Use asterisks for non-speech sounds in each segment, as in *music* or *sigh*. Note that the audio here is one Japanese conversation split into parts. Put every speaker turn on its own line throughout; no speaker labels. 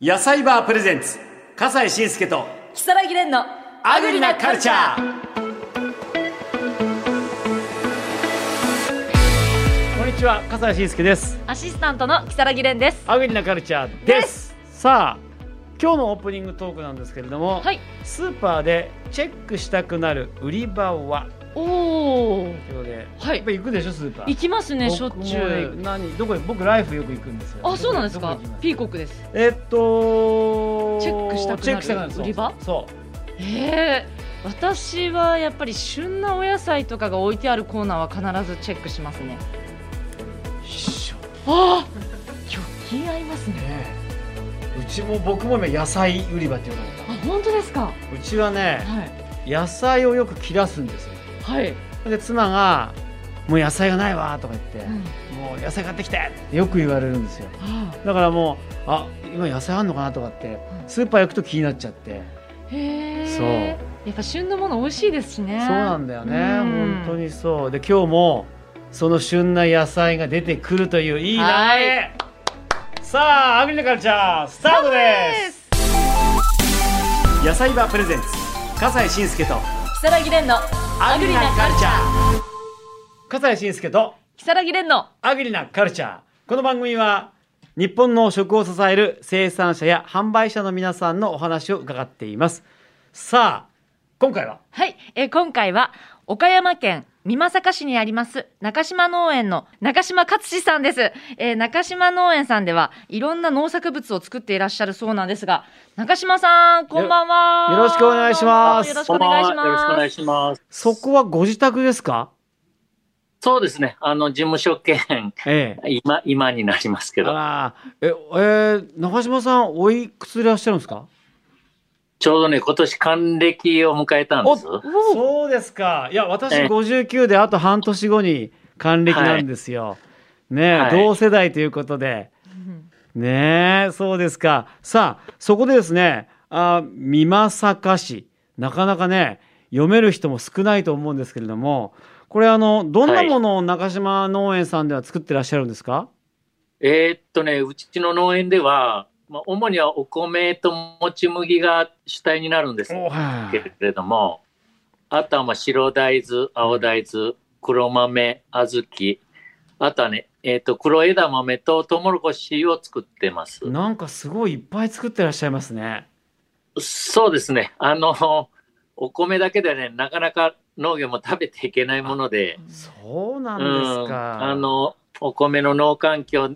野菜バープレゼンツ笠西慎介と
木更木蓮の
アグリなカルチャーこんにちは笠西慎介です
アシスタントの木更木蓮です
アグリなカルチャーですさあ今日のオープニングトークなんですけれども、
はい
スーパーでチェックしたくなる売り場は
お
と
お
いうことで、
はい
やっぱ行くでしょスーパー
行きますねしょっちゅ
僕もね
う
何どこ僕ライフよく行くんですよ
あそうなんです
どこ
か
行きます
ピーコックです
えっと
チェックしたくなる
チェックしたくなるそう
売り場
そう
ええ私はやっぱり旬なお野菜とかが置いてあるコーナーは必ずチェックしますね
一緒
ああ貯金合いますね
ねえうちも僕も今野菜売り場って呼ばれ
あ本当ですか
たうちはね
はい
野菜をよく切らすんですよ
はい、
で妻が「もう野菜がないわ」とか言って、
うん
もう野菜買ってきて!」ってよく言われるんですよ
あ
だからもうあ今野菜あんのかなとかって
ん
スーパー行くと気になっちゃって、
あへえ
そう
やっぱ旬のもの美味しいですしね
そうなんだよね、
うん
本当にそうで今日もその旬な野菜が出てくるといういい流
は
れさあアグリカルチャースタートです
す
野菜場プレゼンツ笠西慎介と
木更木蓮のアグリなカルチャ
ー笠西慎介と
木更木蓮の
アグリなカルチャーこの番組は日本の食を支える生産者や販売者の皆さんのお話を伺っていますさあ今回は
はい、えー今回は岡山県美作市にあります中島農園の中島勝志さんです、えー中島農園さんではいろんな農作物を作っていらっしゃるそうなんですが中島さんこんばんは
よよろしくお願いします
どうもよろしく
こ
お
んばん
願いし
は。よろしくお願
ま
いします。
そこはご自宅ですか
そうですね。あの、事務所兼、 *laughs*
ええ
今、今になりますけど、
あらええー中島さんおいくつでいらっしゃるんですか
ちょうどね、今年還暦を迎えたんです。
お
すお
そうですかいや私
ええ
59であと半年後に還暦なんですよ、ねえ、
はい
同世代ということで
うん
ねえそうですかさあそこでですねあ美作市なかなかね読める人も少ないと思うんですけれどもこれあのどんなものを中島農園さんでは作ってらっしゃるんですか、
えーっとね、うちの農園では、まあ、主にはお米ともち麦が主体になるんです
おは
けれども、あとはまあ白大豆、青大豆、黒豆、小豆、あとはね、えーっと、黒枝豆とトウモロコシを作ってます。
なんかすごいいっぱい作ってらっしゃいますね。
そうですね。あの、お米だけではね、なかなか農業も食べていけないもので、
そうな
うん
ですか。
あの、お米の農環境を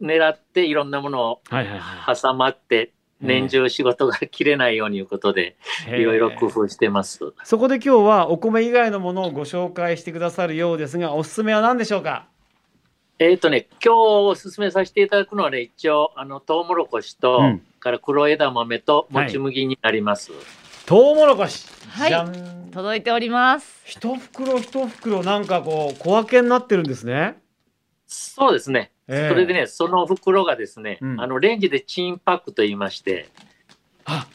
狙っていろんなものを
はいはいは
挟まって、
うん
年中仕事が切れないようにいうことで、
い。
いろいろ
へ
工
え。
夫してます。
そこで今日はお米以外のものをご紹介してくださるようですが、おすすめは何でしょうか。
えっ、とね、今日おすすめさせていただくのはね、一応、あの、トウモロコシと、
うん
から黒枝豆ともち麦になります。
トウモロコシ。
はい
じゃん。
届いております
一袋一袋なんかこう小分けになってるんですね。
そうですね。
ええ
それでね、その袋がですね、
うん
あのレンジでチンパックと言いまして、
あ、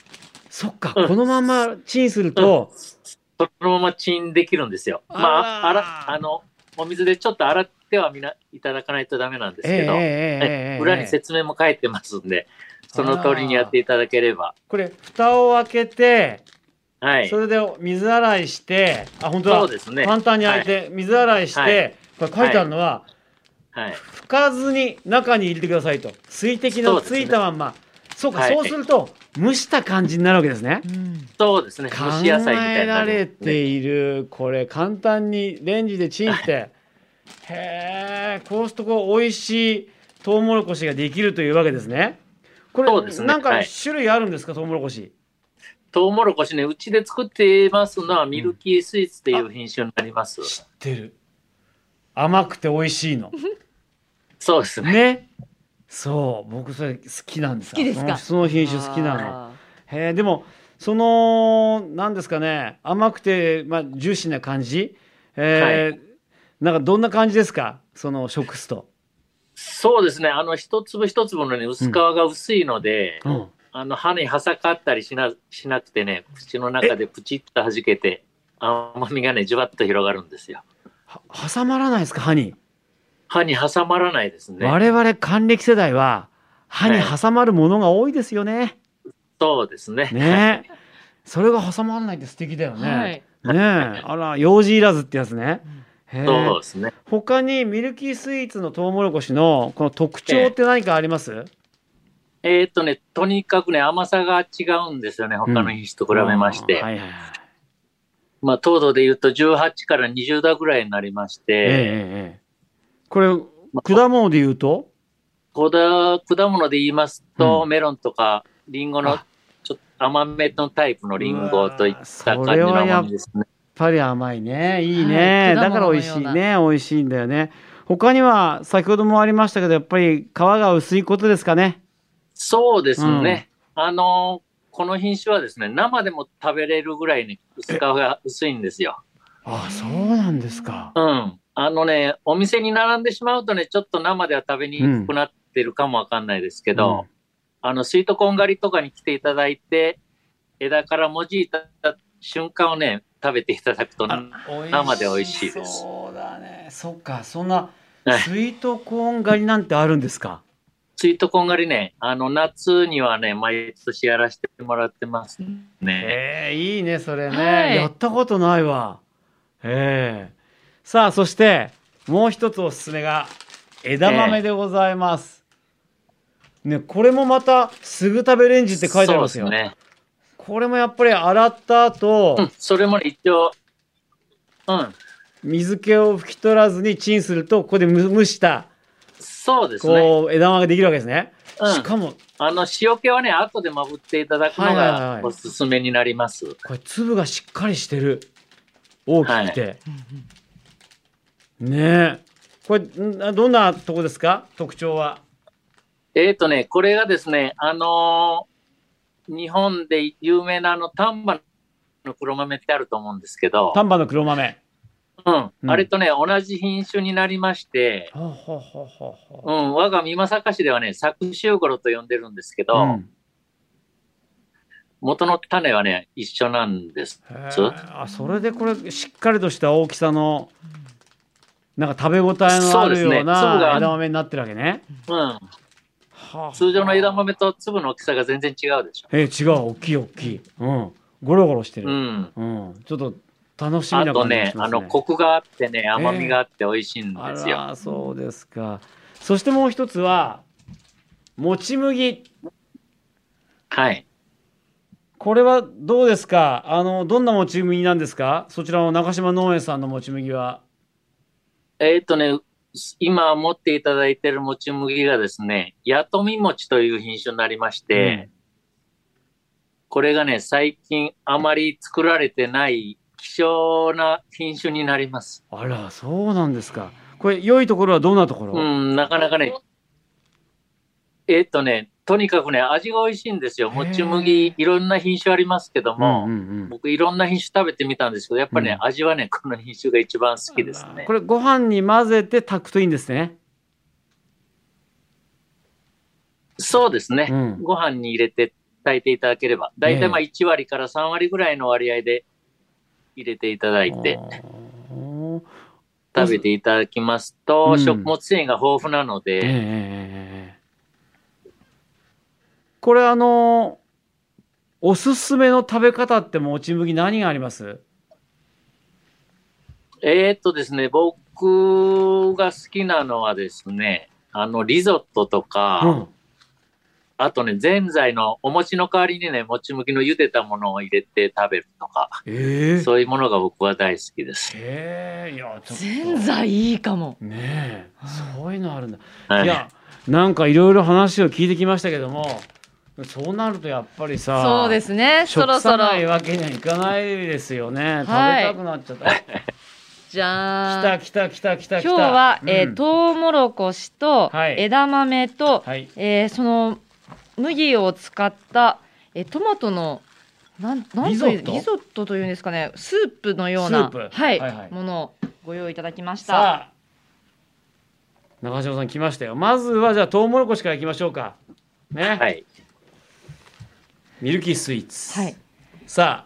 そっか。
うん
このままチンすると、
そのままチンできるんですよ。まあ、
あ
あ
ら
ら、あの、お水でちょっと洗ってはみないただかないとダメなんです
えええ
けど、
えええええ
裏に説明も書いてますんで、その通りにやっていただければ。
これ蓋を開けて、
はい。
それで水洗いして、あ本当だ。
そうですね。
簡単に開いて、水洗いして、
はい
これ書いてあるのは、
はい。
拭かずに中に入れてくださいと水滴のついたまんまそう,、か、
はい
そうすると蒸した感じになるわけですね
うん
そうですね。
考
蒸し野菜みたい
え
にな
ら
るんで
れ
すね
ているこれ簡単にレンジでチンって *laughs* へえこうするとこう美味しいトウモロコシができるというわけですねこれ
そうですね
なんか
はい
種類あるんですか、トウモロコシ
トウモロコシね、うちで作ってますのはミルキースイーツっていう品種になります。
知ってる甘くて美味しい
*laughs*
の
そうですね。
ねそう僕それ好きなんです
好きですか
その品種好きなの
あ
へえでもそのなんですかね甘くて、まあ、ジューシーな感じ、えーなんかどんな感じですかその食すと、
そうですね。あの、一粒一粒のね、薄皮が薄いので、
うん、
あの歯に挟かったりしなしなくてね、口の中でプチッと弾けて、甘みがね、じゅわっと広がるんですよ。
は挟まらないですか歯に、
歯に挟まらないですね。
我々還暦世代は歯に挟まるものが多いですよね。
そうですね。
ねえ。それが挟まらないって素敵だよね。
はい。
ねえ。あら、用事いらずってやつね。へえ
そうですね。
他にミルキースイーツのトウモロコシのこの特徴って何かあります、
えーっとね、とにかくね、甘さが違うんですよね、他の品種と比べまして。
あーはいはいはい。
まあ、糖度で言うと18から20度ぐらいになりまし
えええ
て、
えええこれ、果物で言うと
こだ果物で言いますと、
うん
メロンとか、リンゴの
あ、
ちょっと甘めのタイプのリンゴといった
うわ
感じ
ーそれ
の
はやっ
甘みですね。
やっぱり甘いね。いいね。
はい
だから美味しい
果物の
ね。美味しいんだよね。他には、先ほどもありましたけど、やっぱり皮が薄いことですかね。
そうですね。あのー、この品種はですね、生でも食べれるぐらいに薄皮が薄いんですよ。
ああ、そうなんですか。
うん。あのね、お店に並んでしまうとね、ちょっと生では食べにくくなってるかもわかんないですけど、あの、スイートコーン狩りとかに来ていただいて、枝からもじいた瞬間をね、食べていただくと、
あ
生で美味しいです
そうだね。そっか、そんな
はい
スイートコーン狩りなんてあるんですか。
スイートコーン狩りね、あの、夏にはね、毎年やらせてもらってますね。
ええいいね、それね、
はい
やったことないわ。ええさあ、そして、もう一つおすすめが、枝豆でございます。ね、これもまた、すぐ食べレンジって書いてありますよ。
そうですね。
これもやっぱり洗った後、
うん、それもね、一応、うん、
水気を拭き取らずにチンすると、ここで蒸蒸した、
そうですね。
こう、枝豆ができるわけですね。
うん
しかも、
あの、塩気はね、後でまぶっていただくの
はいはいはい
がおすすめになります。
これ粒がしっかりしてる大きくて、ねえこれんあどんなとこですか特徴は
えーとね、これがですね、あのー日本で有名なあの丹波の黒豆ってあると思うんですけど、
丹波の黒豆
うん
うん
あれとね、同じ品種になりまして、
ほうほうほうほうほ
うん、我が美作市ではね、作州頃と呼んでるんですけど、
ううん
元の種はね、一緒なんです。
へえあそれでこれしっかりとした大きさのなんか食べ応えの
そ
あ
うで
る
す
よ
ね
う
粒
な
が
枝豆になってるわけね
うん、
はあ
通常の枝豆と粒の大きさが全然違うでしょ。
えー違う大きい大きいうんゴロゴロして
う
る、
ん、
うんちょっと楽しみ
あ
な
と
感じが
ね
し、ますね
あのコクがあってね、甘みがあって美味しいん
あ
ですよ。
らそうですかそしてもう一つはもち麦
はい。
これはどうですかあのどんなもち麦なんですかそちらの中島農園さんのもち麦は
えーっとね、今持っていただいているもち麦がですね、やとみもちという品種になりまして、これがね、最近あまり作られてない希少な品種になります。
あらそうなんですかこれ良いところはどんなところ、
うん、なかなかね、えーっとね、とにかくね、味が美味しいんですよ。
へー
もち麦、いろんな品種ありますけども、
うんうんうん
僕いろんな品種食べてみたんですけど、やっぱりね、
う
味はね、この品種が一番好きです
あら
ね
こ。れご飯に混ぜて炊くといいんですね
そうですね。
うん
ご飯に入れて炊いていただければ、大体まあ
え
1割から3割ぐらいの割合で入れていただいて、
あー
食べていただきます
う
と、
ん
食物繊維が豊富なの
えええ
で、
えええこれあのおすすめの食べ方ってもち麦何があります
えーっとですね、僕が好きなのはですね、あの、リゾットとか、
うん
あとね、ぜんざいのお餅の代わりにね、もち麦の茹でたものを入れて食べるとか、
ええ
そういうものが僕は大好きです。
ええいやちょっと
ぜんざいいかも。
ねえ
はい
そういうのあるんだ、、
はいい、
やなんかいろいろ話を聞いてきましたけどもそうなるとやっぱりさ
そうですね。そろ
食
そ
さ
ろ。
ないわけにはいかないですよね、
はい
食べたくなっちゃった
じゃ
あ
ーん。
来た来た来た来た
今日は、
うん
えー、とうもろこしと、
はい
枝豆と、
はい
えーその麦を使った、えートマトのなんなん
リ
と
ゾ
い
ッ
う
ト
リゾットというんですかねスープのような
スープ
はい
はいはい
ものをご用意いただきました
さあ中島さん来ましたよまずはじゃあトウモロコシからいきましょうかね、
はい。
ミルキースイーツ、
はい、
さ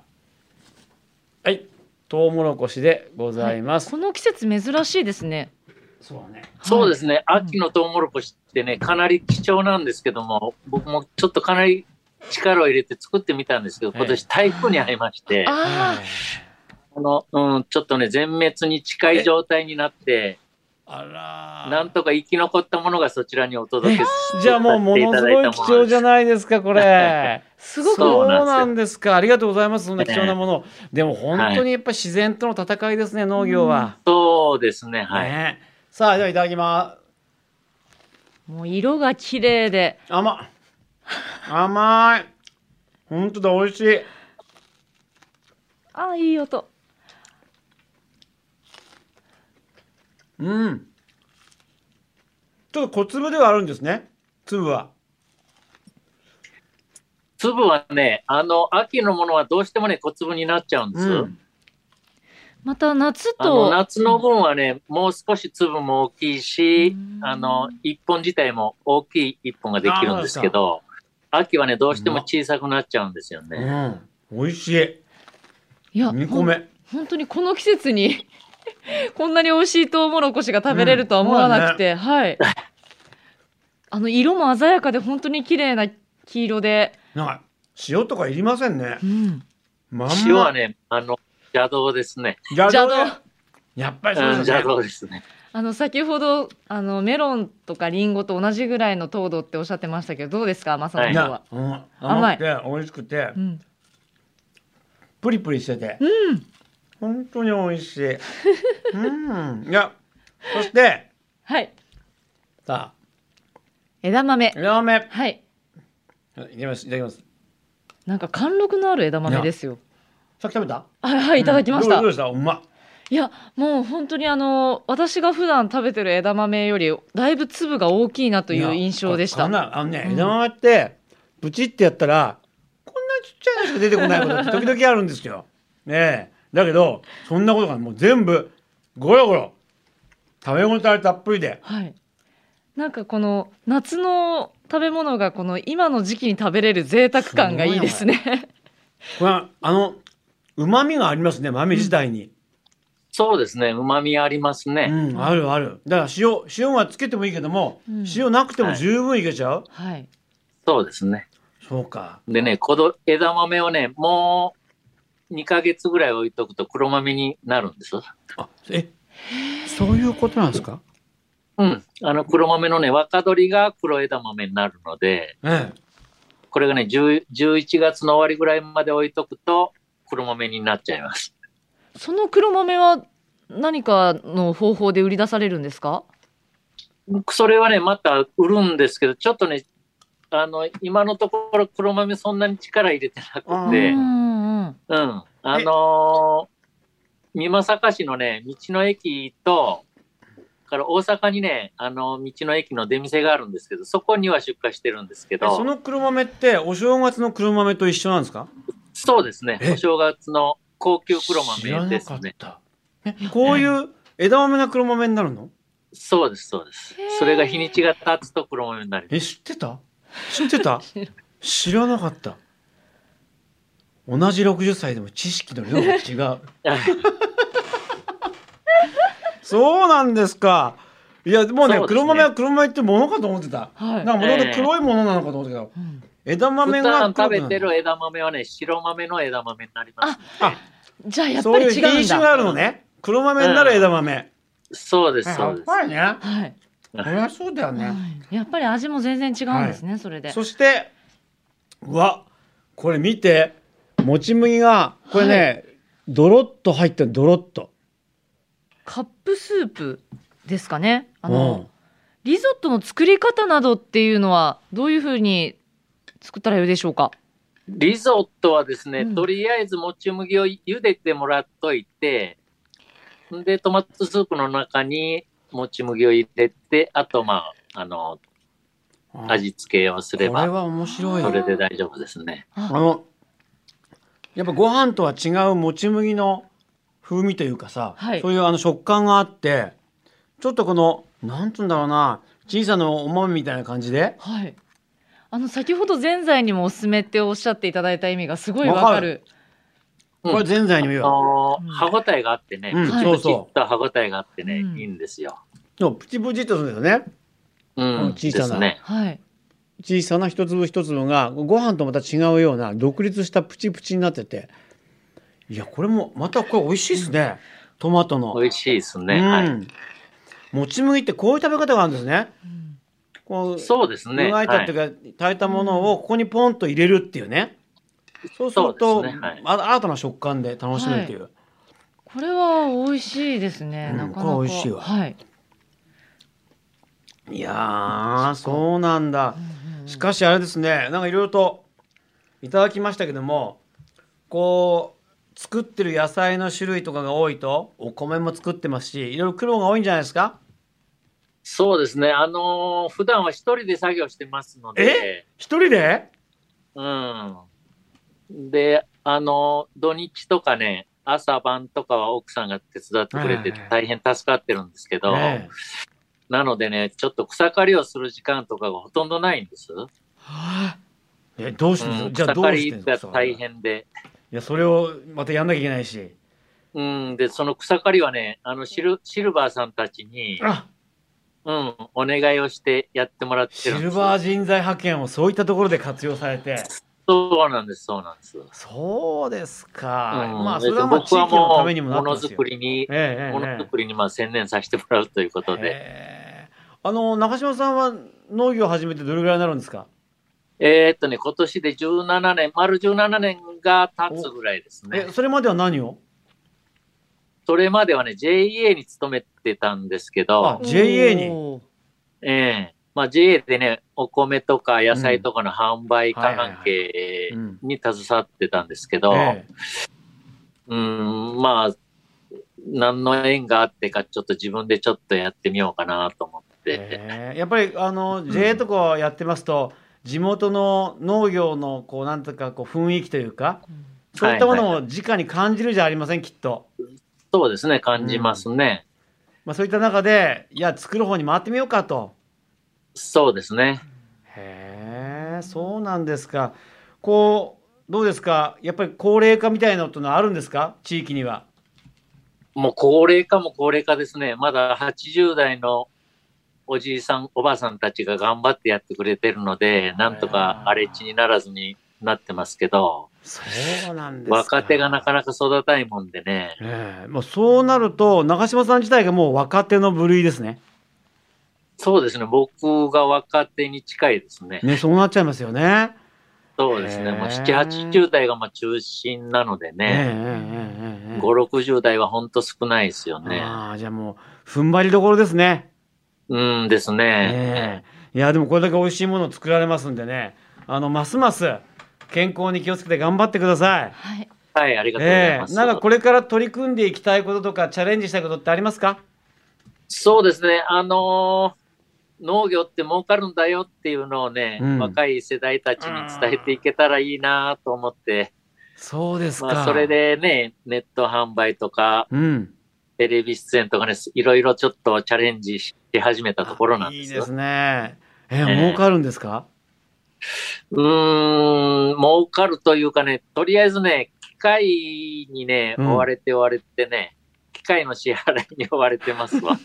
あはいトウモロコシでございます、
この季節珍しいですね
そうだね。
そうですね、
はい
秋のトウモロコシってね、かなり貴重なんですけども、僕もちょっとかなり力を入れて作ってみたんですけど、
ええ
今年台風に遭いまして、あ
あ
のうん、ちょっとね、全滅に近い状態になって、
あらー
なんとか生き残ったものがそちらにお届けさ
*laughs*
せ
じ
てい
ゃあ
た
も
だ
う
いた
ものすごい貴重じゃ
ない
ないですかこ
*laughs*
れ。す
ごく
そうなんですか。ありがとうございますそんな貴重なものを。でも本当にやっぱ自然との戦いですね農業は。
そうですね、はい。
ねさあじゃあいただきま。
あもう色が綺麗です
甘っ甘い。本当だ美味しい。
ああいい音
うん。ちょっと小粒ではあるんですね。粒は。
粒はね、あの、秋のものはどうしてもね、小粒になっちゃうんです。
うん
また夏
あの
と
夏の分はね、もう少し粒も大きいし
うん、
あの、一本自体も大きい一本ができるんですけど、秋はね、どうしても小さくなっちゃうんですよ
う
ね。
ん。美味しい。
いや
二個目。
ほん本当にこの季節に *laughs* こんなに美味しいトウモロコシが食べれるとは思わなくて、はい。あの色も鮮やかで本当に綺麗な黄色で、
なんか塩とかいりませんね
う。ん、
まんま
塩はね、あの、邪道ですね。
邪道だよ
邪
やっぱり
う
そ
ん
うですね
邪。道ですね。
あの先ほどあのメロンとかリンゴと同じぐらいの糖度っておっしゃってましたけどどうですか、マサの
はい
方
や
は、。
うん、甘
甘い
くて美味しくて
う、ん、
プリプリしてて、
うん、
本当に美味しい。うん、いや、そして、
はい、
さ
枝豆
あ、、枝豆、
はい、
いきます、いただきます。
なんか貫禄のある枝豆ですよ。
さっき食べた。
はい、はい、いただきました。
うんどうどうでした、うまっ。
いやもう本当にあの私が普段食べてる枝豆よりだいぶ粒が大きいなという印象でし
い
た
やこんなあのね、
うん
枝豆って、ブチってやったら、こんなちっちゃいのしか出てこないことって時
*laughs*
々あるんですよ。ねえ、だけど、そんなことがもう全部、ゴロゴロ。食べ応えたっぷりで。
はいなんかこの夏の食べ物がこの今の時期に食べれる贅沢感がいいですね
これはあの旨味がありますね豆自体に、
そうですね、旨味あります
う
ね。
んあるあるだから塩塩はつけてもいいけども、
うん
塩なくても十分いけちゃう、
はい
そうですね。
そうか
でね、この枝豆をね、もう2ヶ月ぐらい置いとくと黒豆になるんです。
あえそういうことなんですか
うん。あの黒豆のね、若鶏が黒枝豆になるので、
え
これがね、10 11月の終わりぐらいまで置いとくと、黒豆になっちゃいます。
その黒豆は何かの方法で売り出されるんですか
それはね、また売るんですけど、ちょっとね、あの、今のところ黒豆そんなに力入れてな
あ
く
う
ええ
て
ー、
んうん
うん。あのー、美作市のね、道の駅と、から大阪にね、あの、道の駅の出店があるんですけど、そこには出荷してるんですけ
えそ
ど、
の黒豆ってお正月の黒豆と一緒なんですか
そうですね
え、
お正月の高級黒
知ら
豆
な
で
かっ
すね。
たえこういう枝豆が黒豆になるの
そうです、そうです
へー。
それが日にちが経つと黒豆になります
え知ってた知ってた知らなかった同じ60歳でも知識の量が違
*laughs*
うそうなんですか。いや、もうね、
そうですね
黒豆は黒豆ってものかと思ってた。
はい
なんかもともと黒いものなのかと思ってたけど、
うん
枝豆
普
が
段
黒く
食べ
な
てる枝豆はね、白豆の枝豆になります。
あ、
じゃあやっ
そ
ぱ
う
り
いう
違う
品種
んだ
があるのね。黒豆になる枝豆。
そうです、
あ
そうです。
いね。
はい、
これはそうだよね。
はいやっぱり味も全然違うんですね、それで
そして、うわ、これ見て、もち麦が、これ
は
ね、ドロッと入ってる、ドロッと。
カップスープですかねあの、
うん
リゾットの作り方などっていうのはどういうふうに作ったらよいでしょうか。
リゾットはですね、
うん
とりあえずもち麦を茹でてもらっといて、んで、トマトスープの中にもち麦を入れて、あと、まあ、あの、味付けをす
これ
れば、
は面白い
そ
よ。
れで大丈夫ですね。
あの、やっぱご飯とは違うもち麦の風味というかさ、
はい
そういうあの食感があって、ちょっとこの、なんつうんだろうな、小さなお豆みたいな感じで、
はい。あの先ほどぜんざいにもおすすめっておっしゃっていただいた意味がすごいわかる。
うん
これぜんざいにもいい
あ
わ。
の
うん
歯ごたえがあってね、
うん
プチ
そう
プチ
そう
っと歯ごたえがあってね、
うん
いいんですよ。
そうプチプチっとするんですよね。
うん、
小さな
ですね。
はい。
小さな一粒一粒がご飯とまた違うような独立したプチプチになってていやこれもまたこれ美味しいですねトマトの。
美味しいですね。
うん
はい。
もち麦ってこういう食べ方があるんですね。
うん
こう
そうですね。
湯がいたっていう
は
か、炊いたものをここにポンと入れるっていうね。そうする
そ
と、
うですねはい
あ新たな食感で楽しめるっていう。
これは美味しいですね。
うん
なかな
こ
か。
れ美味しいわ
はい。
い、やー、そうなんだ。しかしあれですね、なんかいろいろといただきましたけども、こう、作ってる野菜の種類とかが多いと、お米も作ってますし、いろいろ苦労が多いんじゃないですか
そうですね。あのー普段は一人で作業してますので、
一人で
うん。で、あのー土日とかね、朝晩とかは奥さんが手伝ってくれて
はいは
大変助かってるんですけど、
ええ
なのでね、ちょっと草刈りをする時間とかがほとんどないんです。
え、どうして
うん
じゃあ
草
どう
刈
してん
り
で
が
すか
大変で。
いや、それをまたやんなきゃいけないし。
うん、で、その草刈りはね、あのシル、シルバーさんたちに、
あ
うん、お願いをしてやってもらって
シ
るんです。
ルバー人材派遣をそういったところで活用されて。
そうなんです、そうなんです。
そうですか。
うん
まあ、
で
それはまあ地域のためにもな
僕は
ってますよ
もうものづく。りに、
え
もの
え
づくりにまあ専念させてもらうということ
ええ
で。
ええあの、中島さんは農業を始めてどれぐらいになるんですか
えーっとね、今年で17年、丸17年が経つぐらいですね
え、。それまでは何を
それまではね、JA に勤めてたんですけ
あ
ど、
JA に
おー
ええまあ JA でね、お米とか野菜とかの販売関係
うん。
に携わってたんですけど、
ええ
うん、まあ、何の縁があってか、ちょっと自分でちょっとやってみようかなと思って。
ええやっぱり、あの、JA とかやってますと、地元の農業の、こう、なんとか、こう、雰囲気というか、そういったものを直に感じるじゃありません、きっと。
そうですね、感じますね。
まあ、そういった中で、いや、作る方に回ってみようかと。
そうですね。
へえ、そうなんですか。こう、どうですか。やっぱり高齢化みたいなことのあるんですか。地域には。
もう高齢化も高齢化ですね。まだ80代のおじいさん、おばあさんたちが頑張ってやってくれてるので、なんとか荒れ地にならずになってますけど、
そうなんですか。
若手がなか
な
なか育たないもんでね。
ええもうそうなると長島さん自体がもう若手の部類ですね。
そうですね、僕が若手に近いですね。
ね、そうなっちゃいますよね。
そうです
へ
ね、
ー
もう7、80代がまあ中心なので
えええ
ね、
ええええ
5、
え
60代は本当少ないですよね。
ああ、じゃあもう踏ん張りどころですね。
うんですね。
ええいやでもこれだけ美味しいものを作られますんでね。あのますます健康に気をつけて頑張ってください。
はい。
はい、ありがとうござい
え
ます。
えなんかこれから取り組んでいきたいこととかチャレンジしたいことってありますか
そうですね、あのー農業って儲かるんだよっていうのをね、
うん
若い世代たちに伝えていけたらいいなと思って、
そうですか、
まあ、それでね、ネット販売とか、
うん
テレビ出演とかね、いろいろちょっとチャレンジし始めたところなんです
いい
よ。
ですねえ
ええ
儲かるんですか、
うーん、儲かるというかね、とりあえずね、機械にね、
うん
追われて追われてね、機械の支払いに追われてますわ。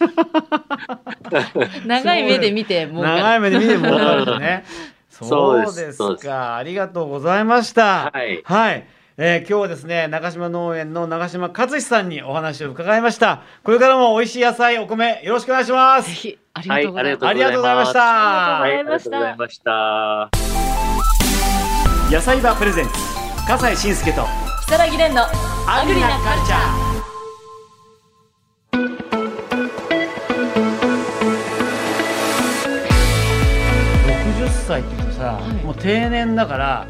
長い目で見て、もう。
長い目で見て儲かるんですね
*laughs* そう
そう
です
です
そうで
かありがとうございました
はい
はい、えー今日はですね長島農園の長島勝志さんにお話を伺いましたこれからも美味しい野菜お米よろしくお願いしま
ぜ
す
ひ、あり
は
が
い、
とうご
あ
ざいま
りが
す
とうございます。
ありがとうございました
あ
は
りが
い、あり
とうございま
が
し
と
た
うございました。
野菜バープレゼンツ笠西慎介と
如月蓮のアグリなカルチャー
60歳って言うとさ、
はい
もう定年だから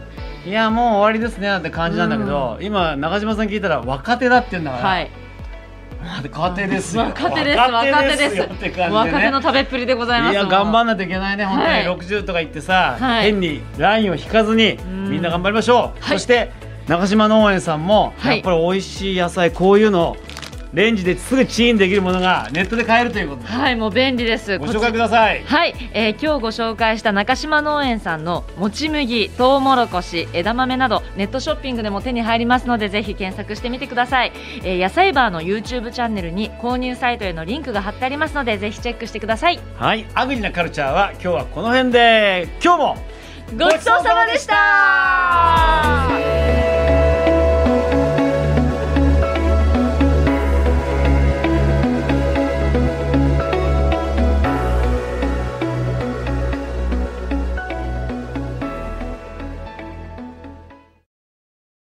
いやもう終わりですねなんて感じなんだけど、今中島さん聞いたら若手だって言うんだから、 *laughs*
はい、
若手ですよ
若手です
若
若
手で
手ですす
よって感じで、ね、
若手の食べっぷりでございます
いや頑張
っ
んなきゃいけないね本当に、
はい
60とか言ってさ、
はい
変にラインを引かずに
ん
みんな頑張りましょう、
は
そ
い
して中島農園さんも、
はい
やっぱり美味しい野菜こういうのをレンジですぐチンできるものがネットで買えるということで、
はい、もう便利です。
ご紹介ください
はい、えー今日ご紹介した中島農園さんのもち麦、とうもろこし、枝豆などネットショッピングでも手に入りますのでぜひ検索してみてください、えー野菜バーの YouTube チャンネルに購入サイトへのリンクが貼ってありますのでぜひチェックしてください
はいアグリなカルチャーは今日はこの辺で今日も
ごちそうさまでした